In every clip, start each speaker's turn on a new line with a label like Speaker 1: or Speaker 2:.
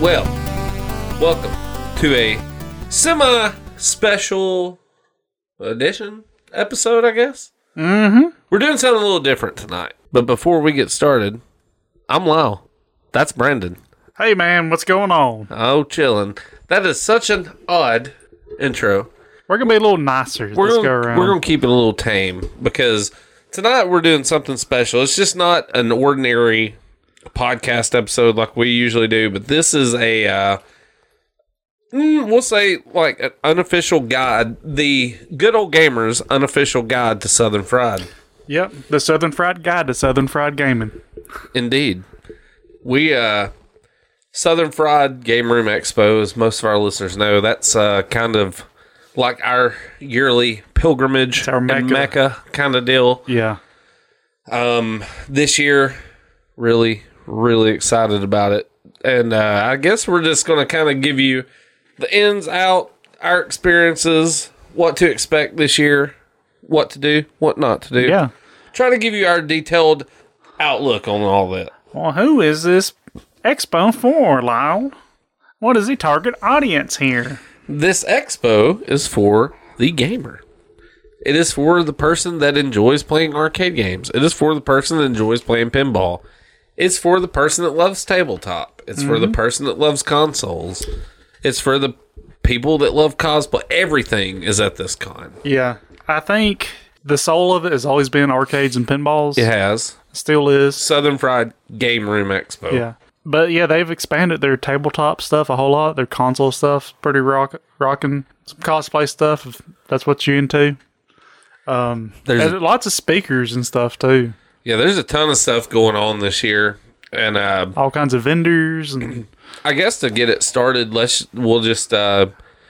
Speaker 1: Well, welcome to a semi special edition episode, I guess. Mm-hmm. We're doing something a little different tonight. But before we get started, I'm Lyle. That's Brandon.
Speaker 2: Hey man, what's going on?
Speaker 1: Oh, chillin'. That is such an odd intro.
Speaker 2: We're gonna be a little nicer
Speaker 1: We're
Speaker 2: this
Speaker 1: gonna,
Speaker 2: go around.
Speaker 1: we're gonna keep it a little tame because tonight we're doing something special. It's just not an ordinary podcast episode like we usually do, but this is a uh, mm, we'll say like an unofficial guide, the good old gamers unofficial guide to Southern Fried.
Speaker 2: yep, the Southern Fried Guide to Southern Fried Gaming.
Speaker 1: Indeed. We uh Southern Fried Game Room Expo, as most of our listeners know, that's uh kind of like our yearly pilgrimage
Speaker 2: our
Speaker 1: and
Speaker 2: Mecca.
Speaker 1: Mecca kind of deal.
Speaker 2: Yeah.
Speaker 1: Um this year, really, really excited about it. And uh I guess we're just gonna kinda give you the ins out, our experiences, what to expect this year, what to do, what not to do.
Speaker 2: Yeah.
Speaker 1: Try to give you our detailed outlook on all that.
Speaker 2: Well, who is this expo for, Lyle? What is the target audience here?
Speaker 1: This expo is for the gamer. It is for the person that enjoys playing arcade games. It is for the person that enjoys playing pinball. It's for the person that loves tabletop. It's for the person that loves consoles. It's for the people that love cosplay. Everything is at this con.
Speaker 2: Yeah. I think the soul of it has always been arcades and pinballs.
Speaker 1: It has
Speaker 2: Still is.
Speaker 1: Southern Fried Game Room Expo.
Speaker 2: Yeah. But yeah, they've expanded their tabletop stuff a whole lot. Their console stuff, pretty rock rocking. Some cosplay stuff, if that's what you're into.
Speaker 1: There's a
Speaker 2: And lots of speakers and stuff too.
Speaker 1: Yeah, there's a ton of stuff going on this year. And uh,
Speaker 2: All kinds of vendors and
Speaker 1: I guess to get it started, let's we'll just uh,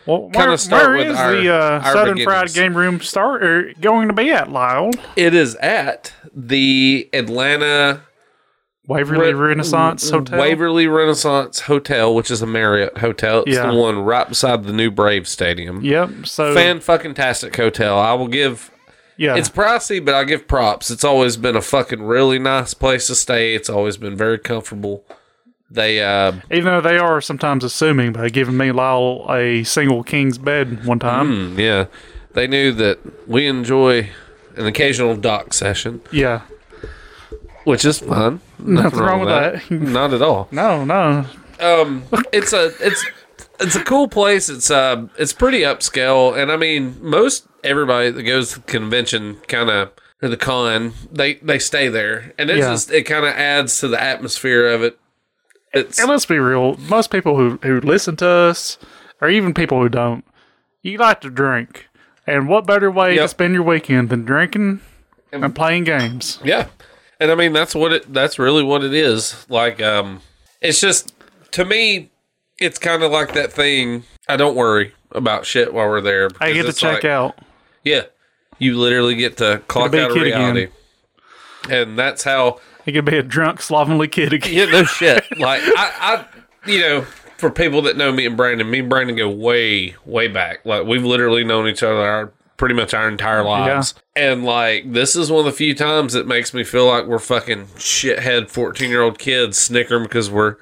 Speaker 2: Well,
Speaker 1: Kinda
Speaker 2: where,
Speaker 1: start
Speaker 2: where
Speaker 1: with
Speaker 2: is
Speaker 1: our-
Speaker 2: the uh,
Speaker 1: our
Speaker 2: Southern
Speaker 1: beginnings.
Speaker 2: Fried Game Room start or going to be at, Lyle?
Speaker 1: It is at the Atlanta
Speaker 2: Waverly
Speaker 1: mm,
Speaker 2: Renaissance Hotel.
Speaker 1: Waverly Renaissance Hotel, which is a Marriott hotel. It's
Speaker 2: Yeah.
Speaker 1: the one right beside the new Brave Stadium.
Speaker 2: Yep. So
Speaker 1: Fan fucking tastic hotel. I will give
Speaker 2: yeah,
Speaker 1: it's pricey, but I give props. It's always been a fucking really nice place to stay. It's always been very comfortable. They uh
Speaker 2: even though they are sometimes assuming by giving me Lyle a single king's bed one time.
Speaker 1: mm, yeah. They knew that we enjoy an occasional dock session,
Speaker 2: Yeah.
Speaker 1: which is fine. Nothing,
Speaker 2: wrong with that.
Speaker 1: Not at all.
Speaker 2: No, no.
Speaker 1: um, it's a it's it's a cool place. It's uh it's pretty upscale, and I mean most everybody that goes to the convention kind of or the con they they stay there, and it
Speaker 2: Yeah.
Speaker 1: just it kind of adds to the atmosphere of it. It's
Speaker 2: And let's be real. Most people who who listen to us, or even people who don't, you like to drink. And what better way to
Speaker 1: Yep.
Speaker 2: spend your weekend than drinking and playing games?
Speaker 1: yeah, and I mean that's what it that's really what it is. Like um, it's just to me, it's kind of like that thing. I don't worry about shit while we're there.
Speaker 2: I get to check out.
Speaker 1: Yeah. You literally get to clock
Speaker 2: be a
Speaker 1: out of
Speaker 2: kid again.
Speaker 1: reality. And that's how
Speaker 2: I could be a drunk, slovenly kid again.
Speaker 1: Yeah, no shit. like I, I you know, for people that know me and Brandon, me and Brandon go way, way back. Like we've literally known each other our pretty much our entire lives. And like this is one of the few times that makes me feel like we're fucking shithead fourteen year old kids snickering because we're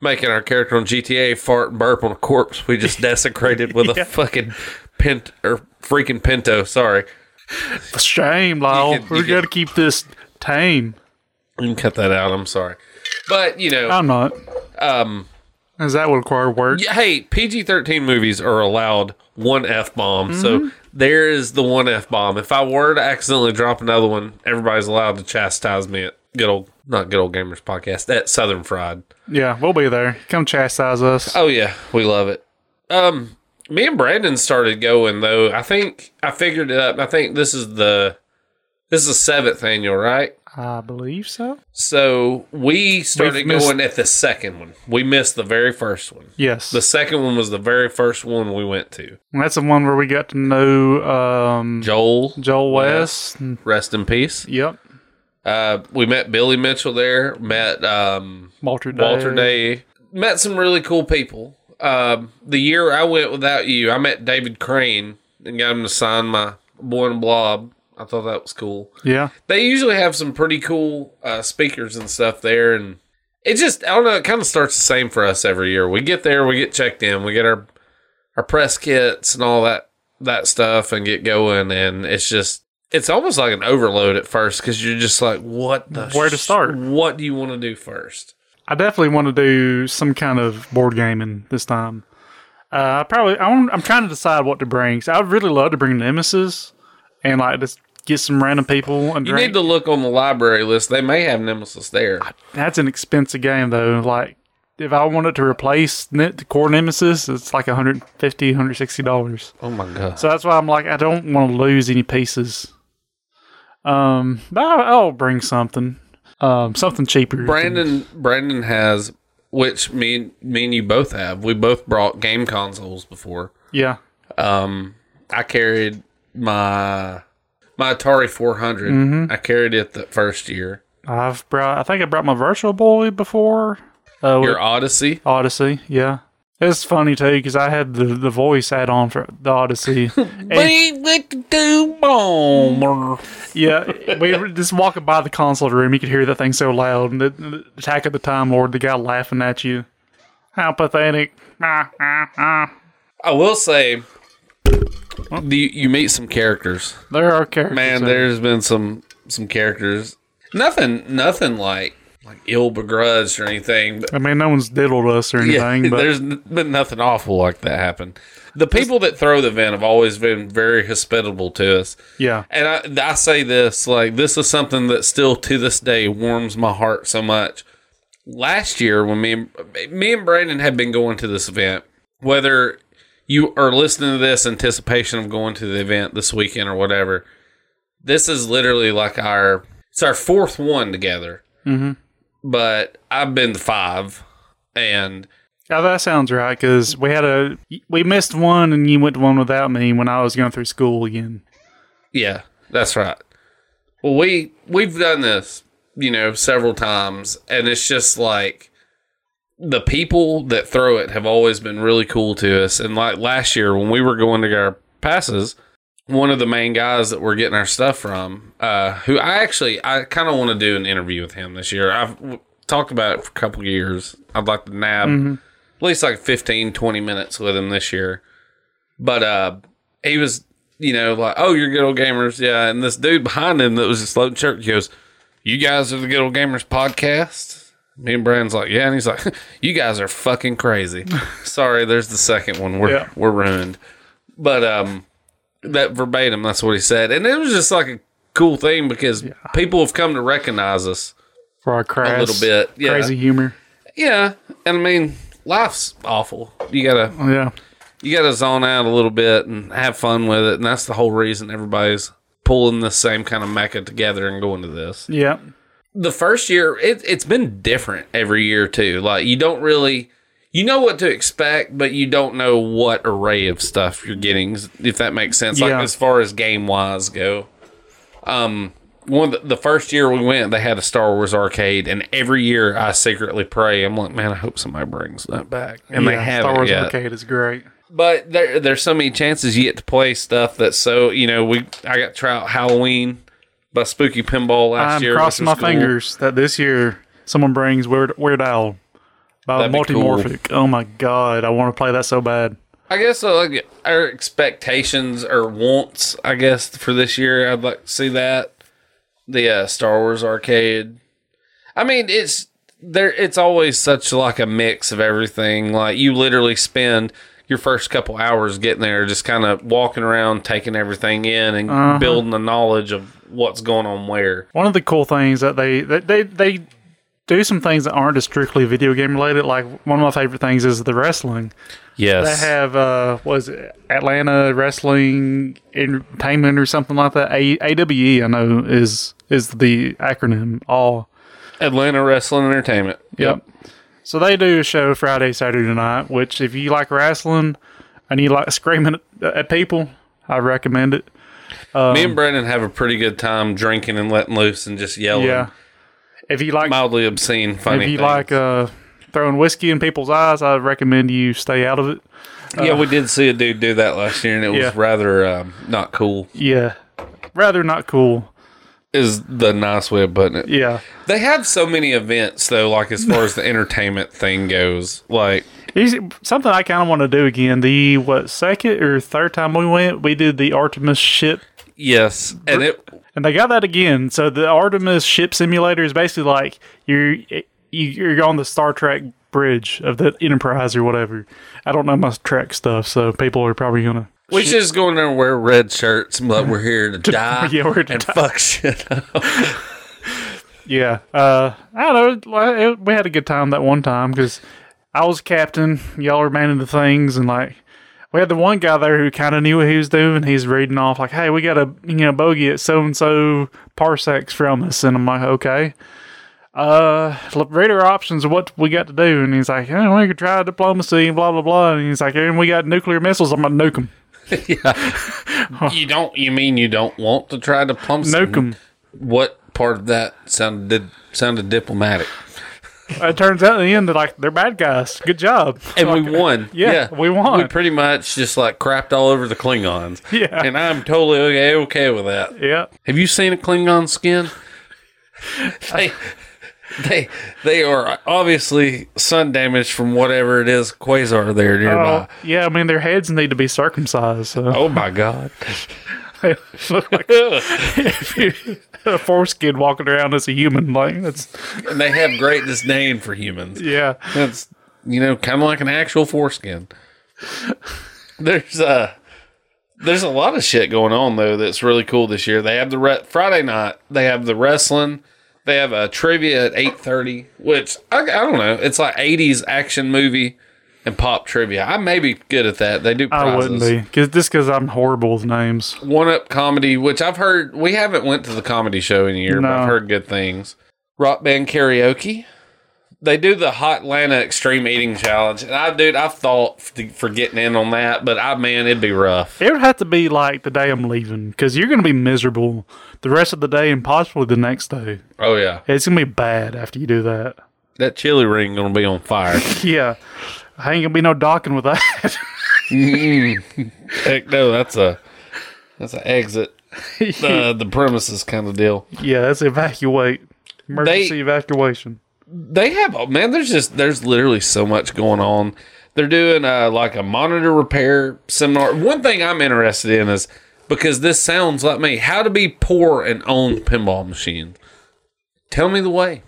Speaker 1: making our character on GTA fart and burp on a corpse we just desecrated with a fucking pent or freaking pinto, sorry.
Speaker 2: Shame, Lyle.
Speaker 1: You could- you
Speaker 2: We're
Speaker 1: could-
Speaker 2: gonna keep this tame.
Speaker 1: You can cut that out. I'm sorry, but you know,
Speaker 2: I'm not.
Speaker 1: um,
Speaker 2: Is that what require work?
Speaker 1: y- hey, PG thirteen movies are allowed one f bomb, so there is the one f bomb. If I were to accidentally drop another one, everybody's allowed to chastise me at good old not good old gamers podcast at Southern Fried.
Speaker 2: Yeah, we'll be there. Come chastise us.
Speaker 1: Oh yeah, we love it. Um, me and Brandon started going though. I think I figured it up. I think this is the this is the seventh annual, right?
Speaker 2: I believe so.
Speaker 1: So we started
Speaker 2: We've missed-
Speaker 1: going at the second one. We missed the very first one.
Speaker 2: Yes,
Speaker 1: The second one was the very first one we went to.
Speaker 2: And that's the one where we got to know um,
Speaker 1: Joel,
Speaker 2: Joel West. And-
Speaker 1: rest in peace.
Speaker 2: Yep,
Speaker 1: Uh, we met Billy Mitchell there. Met um,
Speaker 2: Walter Day.
Speaker 1: Walter Day. Met some really cool people. Um, the year I went without you, I met David Crane and got him to sign my Born Blob. I thought that was cool.
Speaker 2: Yeah,
Speaker 1: They usually have some pretty cool uh, speakers and stuff there, and it just I don't know. It kind of starts the same for us every year. We get there, we get checked in, we get our our press kits and all that that stuff, and get going. And it's just it's almost like an overload at first because you're just like, what the
Speaker 2: Where to start?
Speaker 1: What do you want to do first?
Speaker 2: I definitely want to do some kind of board gaming this time. Uh, I probably I want, I'm trying to decide what to bring. So I'd really love to bring Nemesis and like just get some random people and
Speaker 1: You
Speaker 2: drink.
Speaker 1: need to look on the library list. They may have Nemesis there.
Speaker 2: That's an expensive game though. Like if I wanted to replace ne- the core Nemesis, it's like 150 160 dollars.
Speaker 1: Oh my god!
Speaker 2: So that's why I'm like I don't want to lose any pieces. Um, but I'll, I'll bring something, um, something cheaper. than-
Speaker 1: Brandon Brandon has which me and me and you both have. We both brought game consoles before.
Speaker 2: yeah,
Speaker 1: Um, I carried my my Atari 400. I carried it the first year.
Speaker 2: I've brought. I think I brought my Virtual Boy before. Uh, with
Speaker 1: Your Odyssey.
Speaker 2: Odyssey, yeah. It's funny too because I had the, the voice add on for the Odyssey. And,
Speaker 1: We went to do bomber.
Speaker 2: yeah, we were just walking by the console room, you could hear that thing so loud. And the, the attack of the Time Lord, the guy laughing at you. How pathetic! Ah, ah, ah.
Speaker 1: I will say, you, you meet some characters.
Speaker 2: There are characters.
Speaker 1: Man,
Speaker 2: in it.
Speaker 1: there's been some some characters. Nothing, nothing like like ill begrudged or anything. But
Speaker 2: I mean, no one's diddled us or
Speaker 1: yeah,
Speaker 2: anything, but
Speaker 1: there's n- been nothing awful like that happen. The people that throw the vent have always been very hospitable to us.
Speaker 2: yeah,
Speaker 1: And I, I say this like this is something that still to this day warms my heart so much. Last year, when me and, me and Brandon had been going to this event, whether you are listening to this in anticipation of going to the event this weekend or whatever, this is literally like our it's our fourth one together. Mm-hmm. But I've been to five, and
Speaker 2: yeah, that sounds right. Because we had a we missed one, and you went to one without me when I was going through school again.
Speaker 1: Yeah, that's right. Well, we we've done this, you know, several times, and it's just like the people that throw it have always been really cool to us. And like last year when we were going to get our passes, one of the main guys that we're getting our stuff from, uh, who I actually I kind of want to do an interview with him this year. I've w- talked about it for a couple years. I'd like to nab at least like 15, 20 minutes with him this year. But uh, he was, you know, like, oh, you're good old gamers. Yeah. And this dude behind him that was just loading church goes, you guys are the good old gamers podcast. Me and Brandon's like, yeah. And he's like, you guys are fucking crazy. Sorry, there's the second one. We're,
Speaker 2: Yeah.
Speaker 1: we're ruined. But um, that verbatim, that's what he said. And it was just like a cool thing because people have come to recognize us
Speaker 2: For our crass,
Speaker 1: a little bit. Yeah.
Speaker 2: crazy humor.
Speaker 1: Yeah. And I mean, life's awful. You got to
Speaker 2: Yeah.
Speaker 1: you got to zone out a little bit and have fun with it. And that's the whole reason everybody's pulling the same kind of mecca together and going to this.
Speaker 2: Yeah.
Speaker 1: The first year, it, it's been different every year, too. Like, you don't really. You know what to expect, but you don't know what array of stuff you're getting, if that makes sense. Like
Speaker 2: Yeah.
Speaker 1: as far as game wise go, um, one of the, the first year we went, they had a Star Wars arcade, and every year I secretly pray, I'm like, man, I hope somebody brings that back, and they
Speaker 2: Yeah,
Speaker 1: have
Speaker 2: Star Wars
Speaker 1: yet
Speaker 2: Arcade is great.
Speaker 1: but there there's so many chances you get to play stuff that's so you know we I got to try out Halloween by Spooky Pinball last
Speaker 2: I'm
Speaker 1: year. which
Speaker 2: crossing my
Speaker 1: was cool.
Speaker 2: fingers that this year someone brings Weird, Weird Al by
Speaker 1: That'd be cool.
Speaker 2: Multimorphic. Oh my god, I want to play that so bad.
Speaker 1: I guess uh, like our expectations or wants, I guess for this year, I'd like to see that the uh, Star Wars arcade. I mean, it's there. It's always such like a mix of everything. Like you literally spend your first couple hours getting there, just kind of walking around, taking everything in, and
Speaker 2: Uh-huh.
Speaker 1: building the knowledge of what's going on where.
Speaker 2: One of the cool things that they that they they do some things that aren't as strictly video game related. Like one of my favorite things is the wrestling. They
Speaker 1: Yes.
Speaker 2: have uh was it Atlanta Wrestling Entertainment or something like that. A- AWE I know is is the acronym. All
Speaker 1: Atlanta Wrestling Entertainment.
Speaker 2: Yep. So they do a show Friday, Saturday night, which if you like wrestling and you like screaming at, at people, I recommend it. Um,
Speaker 1: Me and Brandon have a pretty good time drinking and letting loose and just yelling.
Speaker 2: Yeah. If you like
Speaker 1: Mildly obscene, funny.
Speaker 2: if you
Speaker 1: things.
Speaker 2: like uh, throwing whiskey in people's eyes, I recommend you stay out of it.
Speaker 1: yeah, we did see a dude do that last year, and it
Speaker 2: uh, Yeah.
Speaker 1: was rather um, not cool.
Speaker 2: Yeah. Rather not cool.
Speaker 1: is the nice way of putting it.
Speaker 2: Yeah.
Speaker 1: They have so many events though, like as far as the entertainment thing goes. Like
Speaker 2: Is it- Something I kind of want to do again. The what second or third time we went, we did the Artemis ship,
Speaker 1: yes, and it
Speaker 2: and they got that again. So the Artemis ship simulator is basically like you're you- you're on the Star Trek bridge of the Enterprise or whatever. I don't know my Trek stuff, so people are probably gonna.
Speaker 1: we should just go in there and wear red shirts, but we're here to die
Speaker 2: yeah, we're here to
Speaker 1: and
Speaker 2: die.
Speaker 1: fuck shit up.
Speaker 2: Yeah, uh, I don't know. like, it- We had a good time that one time because I was captain. Y'all were manning the things, and like we had the one guy there who kind of knew what he was doing. He's reading off like, "Hey, we got a you know bogey at so and so parsecs from us," and I'm like, "Okay." Uh, look, read our options of what we got to do, and he's like, hey, "We could try diplomacy and blah blah blah," and he's like, "And we got nuclear missiles. I'm gonna nuke them,
Speaker 1: You don't you mean you don't want to try to plump
Speaker 2: nuke them."
Speaker 1: What part of that sounded sounded diplomatic?
Speaker 2: it turns out in the end that like they're bad guys. Good job.
Speaker 1: And we won.
Speaker 2: yeah, we won.
Speaker 1: We pretty much just like crapped all over the Klingons.
Speaker 2: Yeah.
Speaker 1: And I'm totally okay, okay with that.
Speaker 2: Yeah.
Speaker 1: Have you seen a Klingon skin? they, they, they are obviously sun damaged from whatever it is quasar there
Speaker 2: Oh,
Speaker 1: nearby.
Speaker 2: yeah, I mean their heads need to be circumcised. So.
Speaker 1: Oh my god!
Speaker 2: They look like if you- a foreskin walking around as a human. Like that's
Speaker 1: And they have great disdain for humans.
Speaker 2: yeah.
Speaker 1: That's you know kind of like an actual foreskin. There's uh there's a lot of shit going on though that's really cool this year. They have the re- Friday night. They have the wrestling. They have a trivia at eight thirty, which I, I don't know. It's like eighties action movie and pop trivia. I may be good at that. They do. Prizes.
Speaker 2: I wouldn't be because just because I'm horrible with names.
Speaker 1: One Up Comedy, which I've heard we haven't went to the comedy show in a year, but
Speaker 2: No.
Speaker 1: I've heard good things. Rock band karaoke. They do the Hot Lanta Extreme Eating Challenge, and I, dude, I've thought f- for getting in on that, but I, man, it'd be rough.
Speaker 2: It would have to be like the day I'm leaving because you're gonna be miserable the rest of the day and possibly the next day.
Speaker 1: Oh yeah,
Speaker 2: It's gonna be bad after you do that.
Speaker 1: that chili ring gonna be on fire.
Speaker 2: Yeah, I ain't gonna be no docking with that.
Speaker 1: Heck no, that's a that's an exit uh, the premises kind of deal.
Speaker 2: yeah, that's evacuate. Emergency evacuation.
Speaker 1: they have oh, man there's just there's literally so much going on they're doing uh like a monitor repair seminar one thing i'm interested in is because this sounds like me how to be poor and own pinball machines tell me the way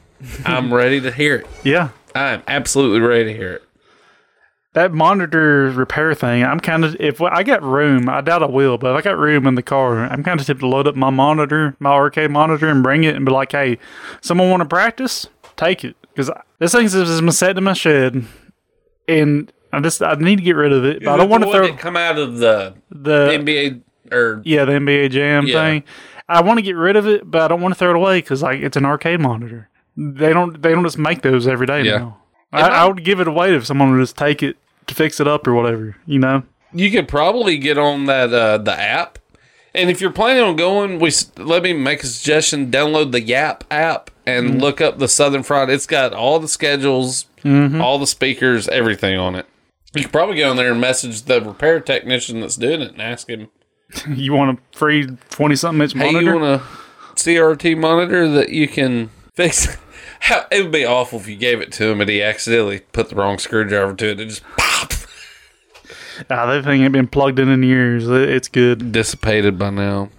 Speaker 1: i'm ready to hear it
Speaker 2: Yeah.
Speaker 1: i'm absolutely ready to hear it
Speaker 2: That monitor repair thing, I'm kind of if I got room, I doubt I will, but if I got room in the car, I'm kind of tempted to load up my monitor, my arcade monitor, and bring it and be like, "Hey, someone want to practice? Take it, because this thing's just been set in my shed, and I just I need to get rid of it, but I don't want
Speaker 1: The
Speaker 2: to
Speaker 1: one
Speaker 2: throw
Speaker 1: that come out of the
Speaker 2: the
Speaker 1: nba or
Speaker 2: yeah the NBA Jam
Speaker 1: Yeah.
Speaker 2: thing. I want to get rid of it, but I don't want to throw it away because like it's an arcade monitor. They don't they don't just make those every day
Speaker 1: Yeah.
Speaker 2: now. I, I would give it away if someone would just take it to fix it up or whatever, you know.
Speaker 1: you could probably get on that uh, the app. And if you're planning on going, we s- let me make a suggestion: download the Yap app and look up the Southern Fried. It's got all the schedules, all the speakers, everything on it. You could probably get on there and message the repair technician that's doing it and ask him,
Speaker 2: You want a free twenty something inch
Speaker 1: "Hey,
Speaker 2: monitor?
Speaker 1: you want a CRT monitor that you can fix?" How, it would be awful if you gave it to him and he accidentally put the wrong screwdriver to it. It just pop
Speaker 2: Ah, that thing ain't been plugged in in years. It- It's good.
Speaker 1: dissipated by now.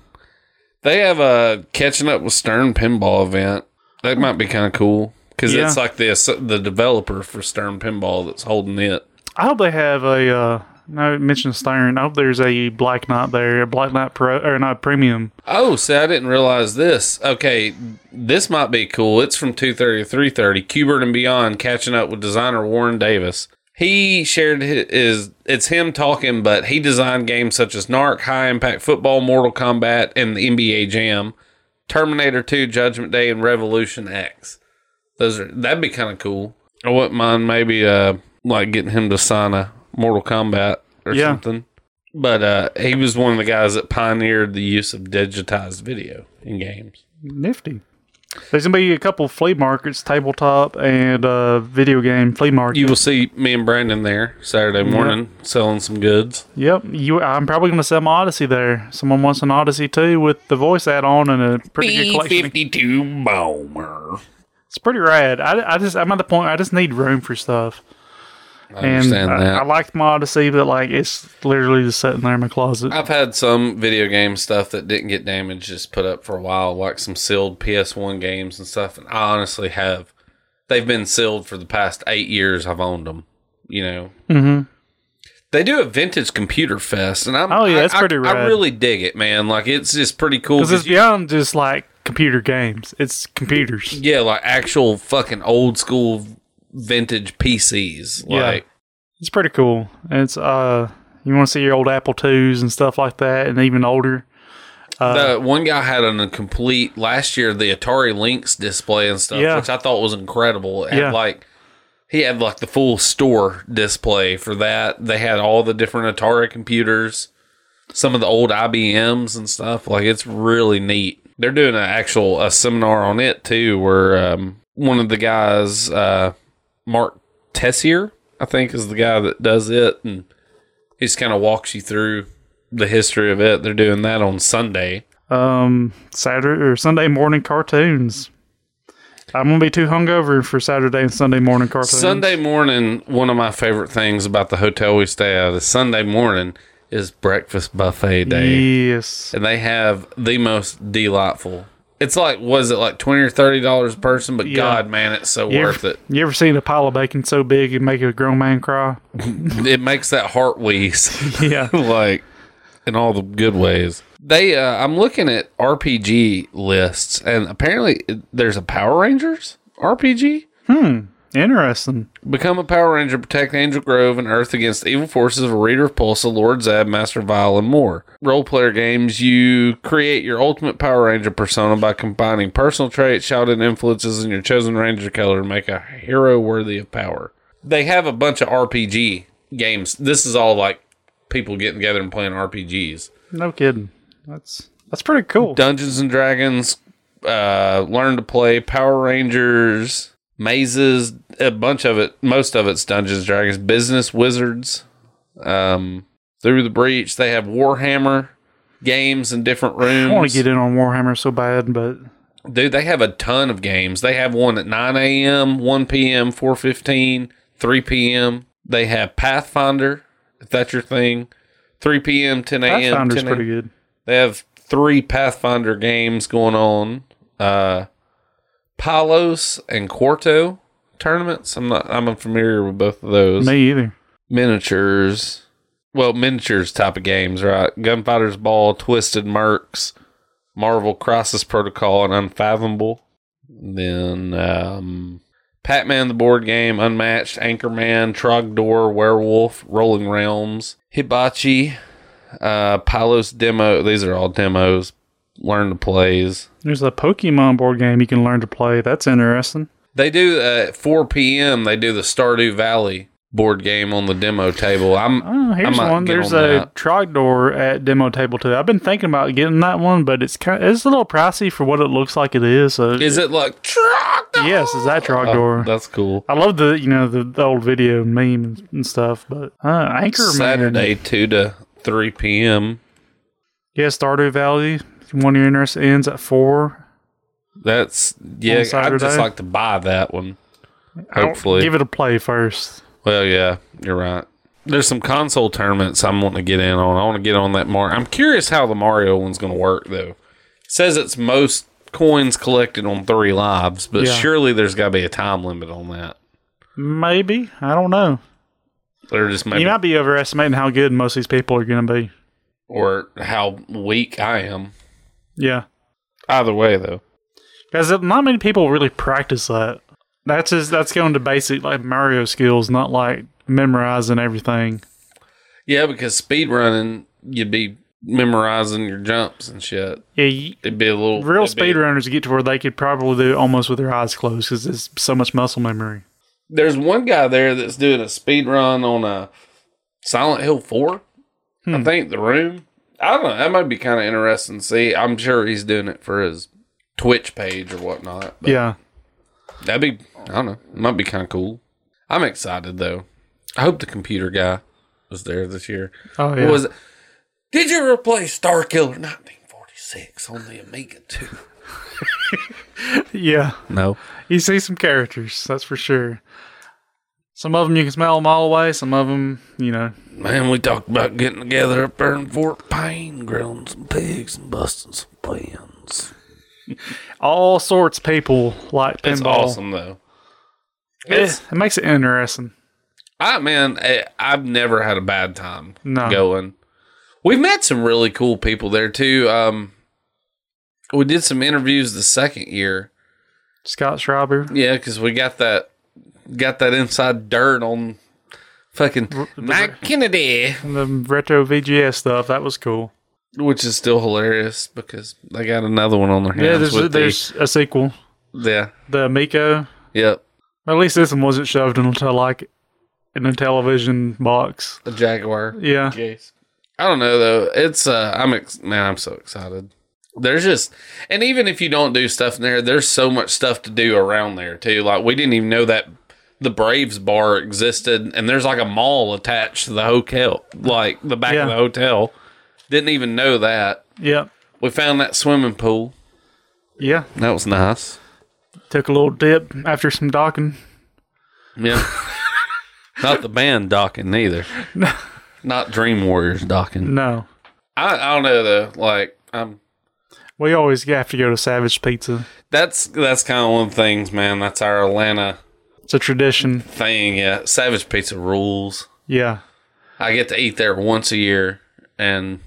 Speaker 1: They have a catching up with Stern pinball event. That might be kind of cool because
Speaker 2: Yeah.
Speaker 1: it's like the ass- the developer for Stern pinball that's holding it.
Speaker 2: I hope they have a. Uh, no, mentioned Stern. I hope there's a Black Knight there, a Black Knight Pro or not Premium.
Speaker 1: Oh, see, I didn't realize this. Okay, this might be cool. It's from two thirty to three thirty. Cubert and Beyond catching up with designer Warren Davis. He shared hi- his. It's him talking, but he designed games such as Narc, High Impact Football, Mortal Kombat, and the NBA Jam, Terminator Two, Judgment Day, and Revolution X. Those are that'd be kind of cool. I wouldn't mind maybe uh like getting him to sign a Mortal Kombat or
Speaker 2: Yeah.
Speaker 1: something. But uh, he was one of the guys that pioneered the use of digitized video in games.
Speaker 2: Nifty. There's gonna be a couple flea markets, tabletop and uh, video game flea market.
Speaker 1: You will see me and Brandon there Saturday morning selling some goods.
Speaker 2: yep, you. I'm probably gonna sell my Odyssey there. Someone wants an Odyssey too with the voice add-on and a pretty good collection. of-
Speaker 1: B52 Bomber.
Speaker 2: It's pretty rad. I, I just I'm at the point I just need room for stuff.
Speaker 1: I understand
Speaker 2: and
Speaker 1: that.
Speaker 2: I, I liked my Odyssey, but like it's literally just sitting there in my closet.
Speaker 1: I've had some video game stuff that didn't get damaged just put up for a while, like some sealed PS1 games and stuff. And I honestly have. They've been sealed for the past eight years I've owned them, you know. Mm-hmm. They do a vintage computer fest, and I'm
Speaker 2: Oh, yeah,
Speaker 1: I-
Speaker 2: that's
Speaker 1: I-
Speaker 2: pretty
Speaker 1: I
Speaker 2: rad.
Speaker 1: really dig it, man. Like it's just pretty cool.
Speaker 2: Because
Speaker 1: 'cause
Speaker 2: it's beyond just like computer games. It's computers.
Speaker 1: Yeah, like actual fucking old school vintage PCs.
Speaker 2: Yeah.
Speaker 1: Like
Speaker 2: It's pretty cool. And It's uh you want to see your old Apple twos and stuff like that, and even older. Uh,
Speaker 1: the one guy had an, a complete last year the Atari Lynx display and stuff,
Speaker 2: Yeah.
Speaker 1: which I thought was incredible. It had
Speaker 2: Yeah.
Speaker 1: like he had like the full store display for that. They had all the different Atari computers, some of the old IBMs and stuff. Like it's really neat. They're doing an actual a seminar on it too, where um, one of the guys, uh, Mark Tessier, I think, is the guy that does it, and he just kind of walks you through the history of it. They're doing that on Sunday.
Speaker 2: Um, Saturday or Sunday morning cartoons. I'm gonna be too hungover for Saturday and Sunday morning cartoons.
Speaker 1: Sunday morning, one of my favorite things about the hotel we stay at is Sunday morning is breakfast buffet day.
Speaker 2: Yes.
Speaker 1: And they have the most delightful. It's like was it like twenty or thirty dollars a person, but
Speaker 2: Yeah.
Speaker 1: God man, it's so
Speaker 2: You
Speaker 1: worth
Speaker 2: ever,
Speaker 1: it.
Speaker 2: you ever seen a pile of bacon so big it make a grown man cry?
Speaker 1: It makes that heart wheeze.
Speaker 2: Yeah.
Speaker 1: like in all the good ways. They uh I'm looking at RPG lists and apparently uh, there's a Power Rangers RPG?
Speaker 2: Interesting.
Speaker 1: Become a Power Ranger, protect Angel Grove and Earth against evil forces of Reader of Pulsa, Lord Zab, Master Vile, and more. Role player games, you create your ultimate Power Ranger persona by combining personal traits, shouted influences, and your chosen Ranger color to make a hero worthy of power. They have a bunch of RPG games. This is all like people getting together and playing RPGs.
Speaker 2: No kidding. That's that's pretty cool.
Speaker 1: Dungeons and Dragons, uh, learn to play Power Rangers, mazes, a bunch of it. Most of it's Dungeons and Dragons. Business Wizards, um, through the breach. They have Warhammer games in different rooms.
Speaker 2: I want to get in on Warhammer so bad, but
Speaker 1: Dude, they have a ton of games. They have one at 9 a.m., 1 p.m., 4.15, 3 p.m. They have Pathfinder, if that's your thing. 3 p.m., 10 a.m., 10
Speaker 2: Pathfinder's
Speaker 1: a.m.
Speaker 2: pretty good.
Speaker 1: They have three Pathfinder games going on. Uh Palos and Quarto tournaments. I'm not I'm unfamiliar with both of those.
Speaker 2: Me either.
Speaker 1: Miniatures. Well, miniatures type of games, right? Gunfighter's Ball, Twisted Mercs, Marvel Crisis Protocol, and Unfathomable. Then um Pac Man the board game, Unmatched, Anchorman, Trogdor, Werewolf, Rolling Realms, Hibachi, uh, Pylos Demo. These are all demos. Learn to plays.
Speaker 2: There's a Pokemon board game you can learn to play. That's interesting.
Speaker 1: They do uh, at 4 p.m. They do the Stardew Valley board game on the demo table. I'm
Speaker 2: Oh,
Speaker 1: I
Speaker 2: here's
Speaker 1: might
Speaker 2: one.
Speaker 1: get
Speaker 2: There's
Speaker 1: on
Speaker 2: a
Speaker 1: that.
Speaker 2: Trogdor at demo table too. I've been thinking about getting that one, but it's kind it's a little pricey for what it looks like it is. So
Speaker 1: Is it like Trogdor?
Speaker 2: yes, is that Trogdor?
Speaker 1: Oh, That's cool.
Speaker 2: I love the you know the, the old video meme and, and stuff, but uh, Anchorman
Speaker 1: Saturday 2 to 3 p.m.
Speaker 2: yeah, Stardew Valley. If one of your interest ends at four.
Speaker 1: That's yeah. I'd
Speaker 2: Saturday?
Speaker 1: just like to buy that one.
Speaker 2: Don't-
Speaker 1: Hopefully,
Speaker 2: give it a play first.
Speaker 1: Well, yeah, you're right. There's some console tournaments I'm wanting to get in on. I want to get on that Mario. I'm curious how the Mario one's going to work though. It says it's most coins collected on three lives, but
Speaker 2: Yeah.
Speaker 1: surely there's got to be a time limit on that.
Speaker 2: Maybe I don't know.
Speaker 1: Or just maybe,
Speaker 2: You might be overestimating how good most of these people are going to be.
Speaker 1: or how weak I am.
Speaker 2: Yeah.
Speaker 1: Either way, though,
Speaker 2: Because not many people really practice that. That's just, that's going to basic like Mario skills, not like memorizing everything.
Speaker 1: yeah, because speed running, you'd be memorizing your jumps and shit.
Speaker 2: Yeah, y
Speaker 1: It'd be a little
Speaker 2: real
Speaker 1: it'd be-
Speaker 2: speedrunners get to where they could probably do almost with their eyes closed because there's so much muscle memory.
Speaker 1: there's one guy there that's doing a speed run on a Silent Hill Four.
Speaker 2: Hmm.
Speaker 1: I think the room. I don't know. That might be kind of interesting to see. I'm sure he's doing it for his Twitch page or whatnot. But
Speaker 2: yeah.
Speaker 1: That'd be, I don't know. It might be kind of cool. I'm excited though. I hope the computer guy was there this year.
Speaker 2: Oh yeah.
Speaker 1: What was it? Did you replace Star Killer 1946 on the Amiga 2?
Speaker 2: Yeah.
Speaker 1: No.
Speaker 2: You see some characters, that's for sure. Some of them you can smell them all away. Some of them, you know,
Speaker 1: Man, we talked about getting together up there in Fort Payne, grilling some pigs and busting some pins.
Speaker 2: all sorts of people like pinball.
Speaker 1: It's awesome though. It's,
Speaker 2: it makes it interesting.
Speaker 1: I man, I, I've never had a bad time
Speaker 2: No.
Speaker 1: going. We've met some really cool people there too. Um, we did some interviews the second year.
Speaker 2: Scott Schreiber.
Speaker 1: Yeah, because we got that got that inside dirt on fucking Mike Kennedy,
Speaker 2: And the retro VGS stuff, that was cool.
Speaker 1: which is still hilarious because they got another one on their hands.
Speaker 2: Yeah, there's
Speaker 1: with the-
Speaker 2: there's a sequel.
Speaker 1: yeah,
Speaker 2: The Miko.
Speaker 1: yep,
Speaker 2: At least this one wasn't shoved into like in a television box.
Speaker 1: the Jaguar.
Speaker 2: Yeah.
Speaker 1: Yes. I don't know though. It's uh, I'm ex- man, I'm so excited. There's just, and even if you don't do stuff in there, there's so much stuff to do around there too. Like we didn't even know that the Braves bar existed, and there's like a mall attached to the hotel, like the back
Speaker 2: Yeah.
Speaker 1: of the hotel. Didn't even know that.
Speaker 2: Yeah.
Speaker 1: We found that swimming pool.
Speaker 2: Yeah.
Speaker 1: That was nice.
Speaker 2: Took a little dip after some docking.
Speaker 1: Yeah. Not the band docking neither. Not Dream Warriors docking.
Speaker 2: No.
Speaker 1: I, I don't know though. Like I'm
Speaker 2: We always have to go to Savage Pizza.
Speaker 1: That's that's kind of one of the things, man. That's our Atlanta
Speaker 2: It's a tradition.
Speaker 1: thing. Yeah, Savage Pizza rules.
Speaker 2: Yeah.
Speaker 1: I get to eat there once a year, and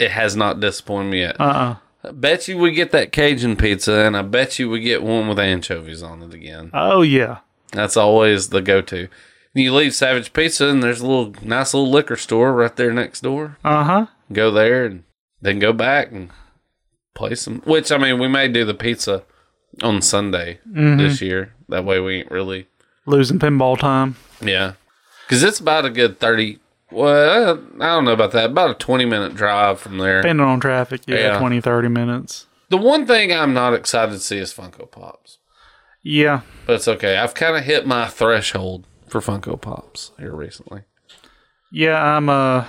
Speaker 1: it has not disappointed me yet.
Speaker 2: Uh uh
Speaker 1: I bet you we get that Cajun pizza, and I bet you we get one with anchovies on it again.
Speaker 2: Oh, yeah.
Speaker 1: That's always the go-to. You leave Savage Pizza, and there's a little nice little liquor store right there next door.
Speaker 2: Uh huh.
Speaker 1: go there and then go back and play some. Which I mean, we may do the pizza on Sunday this year. That way, we ain't really
Speaker 2: Losing pinball time.
Speaker 1: yeah, because it's about a good thirty. Well, I don't know about that. About a twenty minute drive from there.
Speaker 2: Depending on traffic, yeah,
Speaker 1: Yeah.
Speaker 2: twenty thirty 20, 30 minutes.
Speaker 1: The one thing I'm not excited to see is Funko Pops,
Speaker 2: Yeah.
Speaker 1: but it's okay. I've kind of hit my threshold for Funko Pops here recently.
Speaker 2: Yeah, I'm uh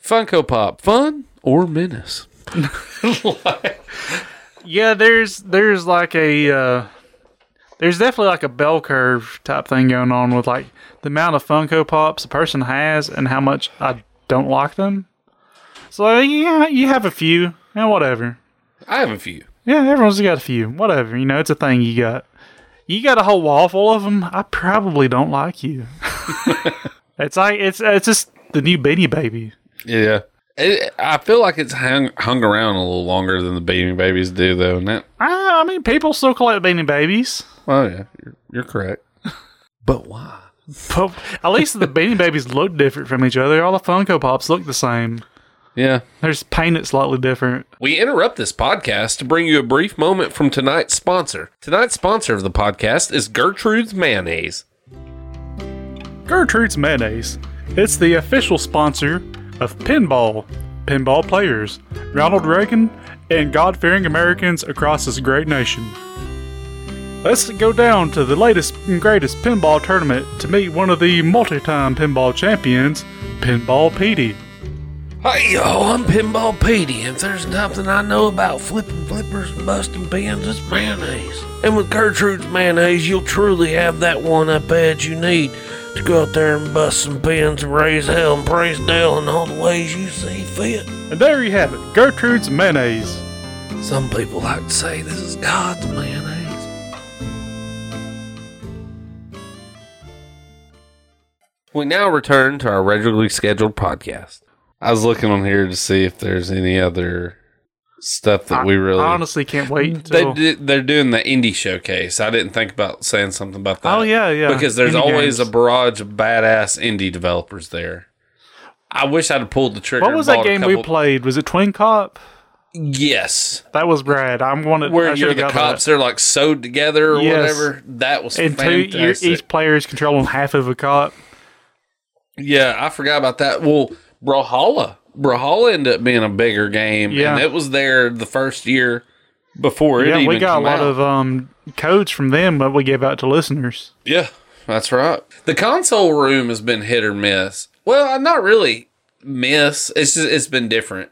Speaker 1: Funko Pop, fun or menace?
Speaker 2: yeah, there's there's like a uh there's definitely like a bell curve type thing going on with like the amount of Funko Pops a person has and how much I don't like them. So yeah, you have a few and whatever.
Speaker 1: I have a few.
Speaker 2: Yeah, everyone's got a few. Whatever, you know, it's a thing you got. You got a whole wall full of them. I probably don't like you. it's like it's it's just the new Beanie Baby.
Speaker 1: Yeah. It, I feel like it's hung, hung around a little longer than the Beanie Babies do, though. And that,
Speaker 2: I, I mean, people still collect Beanie Babies.
Speaker 1: well, yeah, you're, you're correct. but why?
Speaker 2: But at least the Beanie Babies look different from each other. All the Funko Pops look the same.
Speaker 1: Yeah.
Speaker 2: They're just painted slightly different.
Speaker 1: We interrupt this podcast to bring you a brief moment from tonight's sponsor. Tonight's sponsor of the podcast is Gertrude's Mayonnaise.
Speaker 2: Gertrude's Mayonnaise. It's the official sponsor of pinball, pinball players, Ronald Reagan, and God fearing Americans across this great nation. Let's go down to the latest and greatest pinball tournament to meet one of the multi time pinball champions, Pinball Petey.
Speaker 1: Hey, y'all, I'm Pinball Petey. If there's nothing I know about flipping flippers and busting pins, it's mayonnaise. And with Gertrude's Mayonnaise, you'll truly have that one up edge you need to go out there and bust some pins and raise hell and praise Dell in all the ways you see fit.
Speaker 2: And there you have it Gertrude's Mayonnaise.
Speaker 1: Some people like to say this is God's mayonnaise. We now return to our regularly scheduled podcast. I was looking on here to see if there's any other stuff that we really.
Speaker 2: I honestly can't wait.
Speaker 1: they
Speaker 2: Until,
Speaker 1: do, they're doing the indie showcase. I didn't think about saying something about that.
Speaker 2: Oh, yeah, yeah.
Speaker 1: Because there's
Speaker 2: Indie
Speaker 1: always
Speaker 2: games.
Speaker 1: a barrage of badass indie developers there. I wish I'd have pulled the trigger.
Speaker 2: what
Speaker 1: and
Speaker 2: was that
Speaker 1: bought a
Speaker 2: game we
Speaker 1: couple-
Speaker 2: played? Was it Twin Cop?
Speaker 1: Yes,
Speaker 2: That was Brad. I'm going to.
Speaker 1: where
Speaker 2: I
Speaker 1: you're
Speaker 2: should've
Speaker 1: the
Speaker 2: got that.
Speaker 1: cops they are like sewed together or
Speaker 2: Yes.
Speaker 1: whatever. That was
Speaker 2: And two, you
Speaker 1: fantastic.
Speaker 2: each player is controlling half of a cop.
Speaker 1: yeah, I forgot about that. Well, Brawlhalla, Brawlhalla ended up being a bigger game,
Speaker 2: Yeah.
Speaker 1: and it was there the first year before it
Speaker 2: Yeah,
Speaker 1: even
Speaker 2: we got a
Speaker 1: came
Speaker 2: lot
Speaker 1: out.
Speaker 2: of um, codes from them that we gave out to listeners.
Speaker 1: Yeah, that's right. The console room has been hit or miss. Well, uh, not really miss. It's just, it's been different.